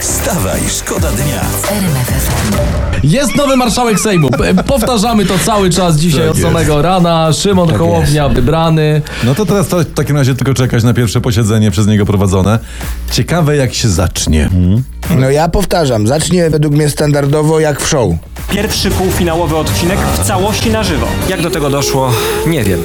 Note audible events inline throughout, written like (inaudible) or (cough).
Wstawaj, szkoda dnia. Jest nowy marszałek Sejmu. P- Powtarzamy to cały czas dzisiaj Tak od jest. samego rana. Szymon Hołownia wybrany. No to teraz to w takim razie tylko czekać na pierwsze posiedzenie przez niego prowadzone. Ciekawe jak się zacznie. No ja powtarzam, zacznie według mnie standardowo jak w show. Pierwszy półfinałowy odcinek w całości na żywo. Jak do tego doszło, nie wiem.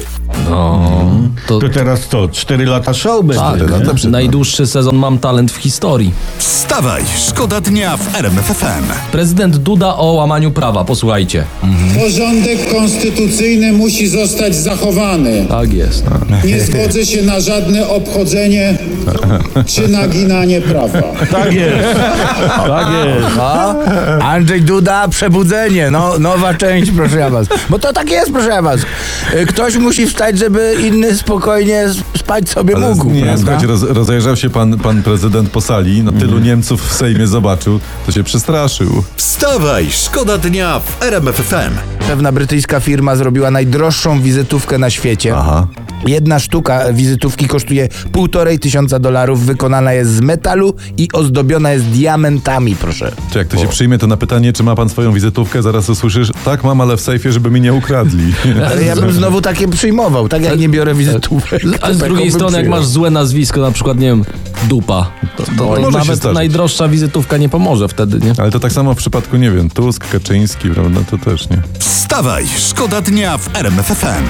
To teraz to, 4 lata show będzie. Tak, lata nie? przed nami. najdłuższy sezon Mam Talent w historii. Wstawaj, szkoda dnia w RMFFM. Prezydent Duda o łamaniu prawa. Posłuchajcie. Porządek konstytucyjny musi zostać zachowany. Tak jest. Nie zgodzę się na żadne obchodzenie czy naginanie prawa. Tak jest, tak jest. No, Andrzej Duda, przebudzenie, no, nowa część, proszę ja was. Bo to tak jest, proszę ja was. Y, Ktoś musi wstać, żeby inny spokojnie s- spać sobie Ale mógł, nie, prawda? słuchajcie, roz, rozejrzał się pan, pan prezydent po sali, no Mhm. tylu Niemców w Sejmie zobaczył, to się przestraszył. Wstawaj, szkoda dnia w RMFFM. Pewna brytyjska firma zrobiła najdroższą wizytówkę na świecie. Aha. Jedna sztuka wizytówki kosztuje półtorej tysiąca dolarów, wykonana jest z metalu i ozdobiona jest diamentami, proszę. Czy jak to się przyjmie, to na pytanie, czy ma pan swoją wizytówkę, zaraz usłyszysz, tak mam, ale w sejfie, żeby mi nie ukradli. Ale ja (laughs) bym znowu takie przyjmował, tak jak nie biorę wizytówek. A z taką drugiej bym strony, jak przyjął. masz złe nazwisko, na przykład, nie wiem, Dupa, to, to, może się nawet zdarzyć. najdroższa wizytówka nie pomoże wtedy, nie? Ale to tak samo w przypadku, nie wiem, Tusk, Kaczyński, prawda, No to też nie. Wstawaj, szkoda dnia w RMFFM.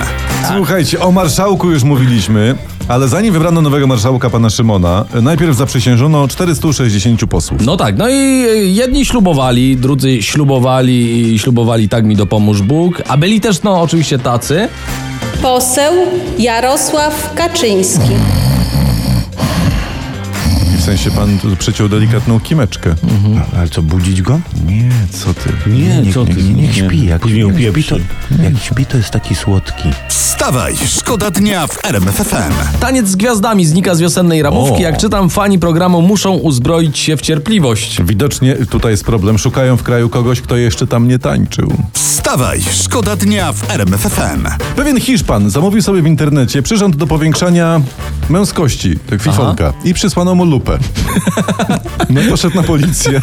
Słuchajcie, o marszałku już mówiliśmy, ale zanim wybrano nowego marszałka, pana Szymona, najpierw zaprzysiężono 460 posłów. No tak, no i e, jedni ślubowali, drudzy ślubowali i ślubowali tak mi dopomóż Bóg, a byli też, no oczywiście tacy, Poseł Jarosław Kaczyński. I w sensie pan tu przyciął delikatną kimeczkę. Mhm. Ale co, budzić go? Nie, co ty. Nie, niech- co ty, niech- nie, niech niech śpi. Jak, Później jak, upije śpi, to, jak śpi, to jest taki słodki. Wstawaj, szkoda dnia w RMFFM. Taniec z gwiazdami znika z wiosennej ramówki. O. Jak czytam, fani programu muszą uzbroić się w cierpliwość. Widocznie tutaj jest problem. Szukają w kraju kogoś, kto jeszcze tam nie tańczył. Wstawaj, szkoda dnia w RMFFM. Pewien Hiszpan zamówił sobie w internecie przyrząd do powiększania męskości, tak fifonka, i przysłano mu lupę. No i poszedł na policję.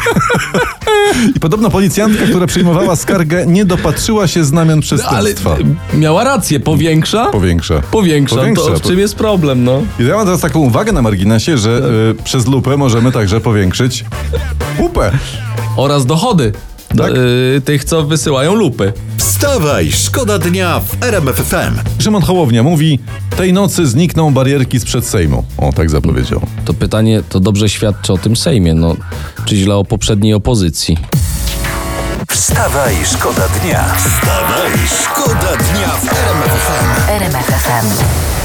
I podobno policjantka, która przyjmowała skargę, nie dopatrzyła się znamion Ale przestępstwa. miała rację, powiększa? Powiększa. Powiększa, to w Powiększa. czym jest problem, no? I ja mam teraz taką uwagę na marginesie, że y, przez lupę możemy także powiększyć pupę. Oraz dochody do, Tak? y, tych, co wysyłają lupy. Wstawaj, szkoda dnia w RMFFM. Szymon Hołownia mówi, tej nocy znikną barierki sprzed Sejmu. O, tak zapowiedział. To pytanie to dobrze świadczy o tym Sejmie, no. Czy źle o poprzedniej opozycji? Wstawaj, szkoda dnia. Wstawaj, szkoda dnia w RMFFM. RMFFM.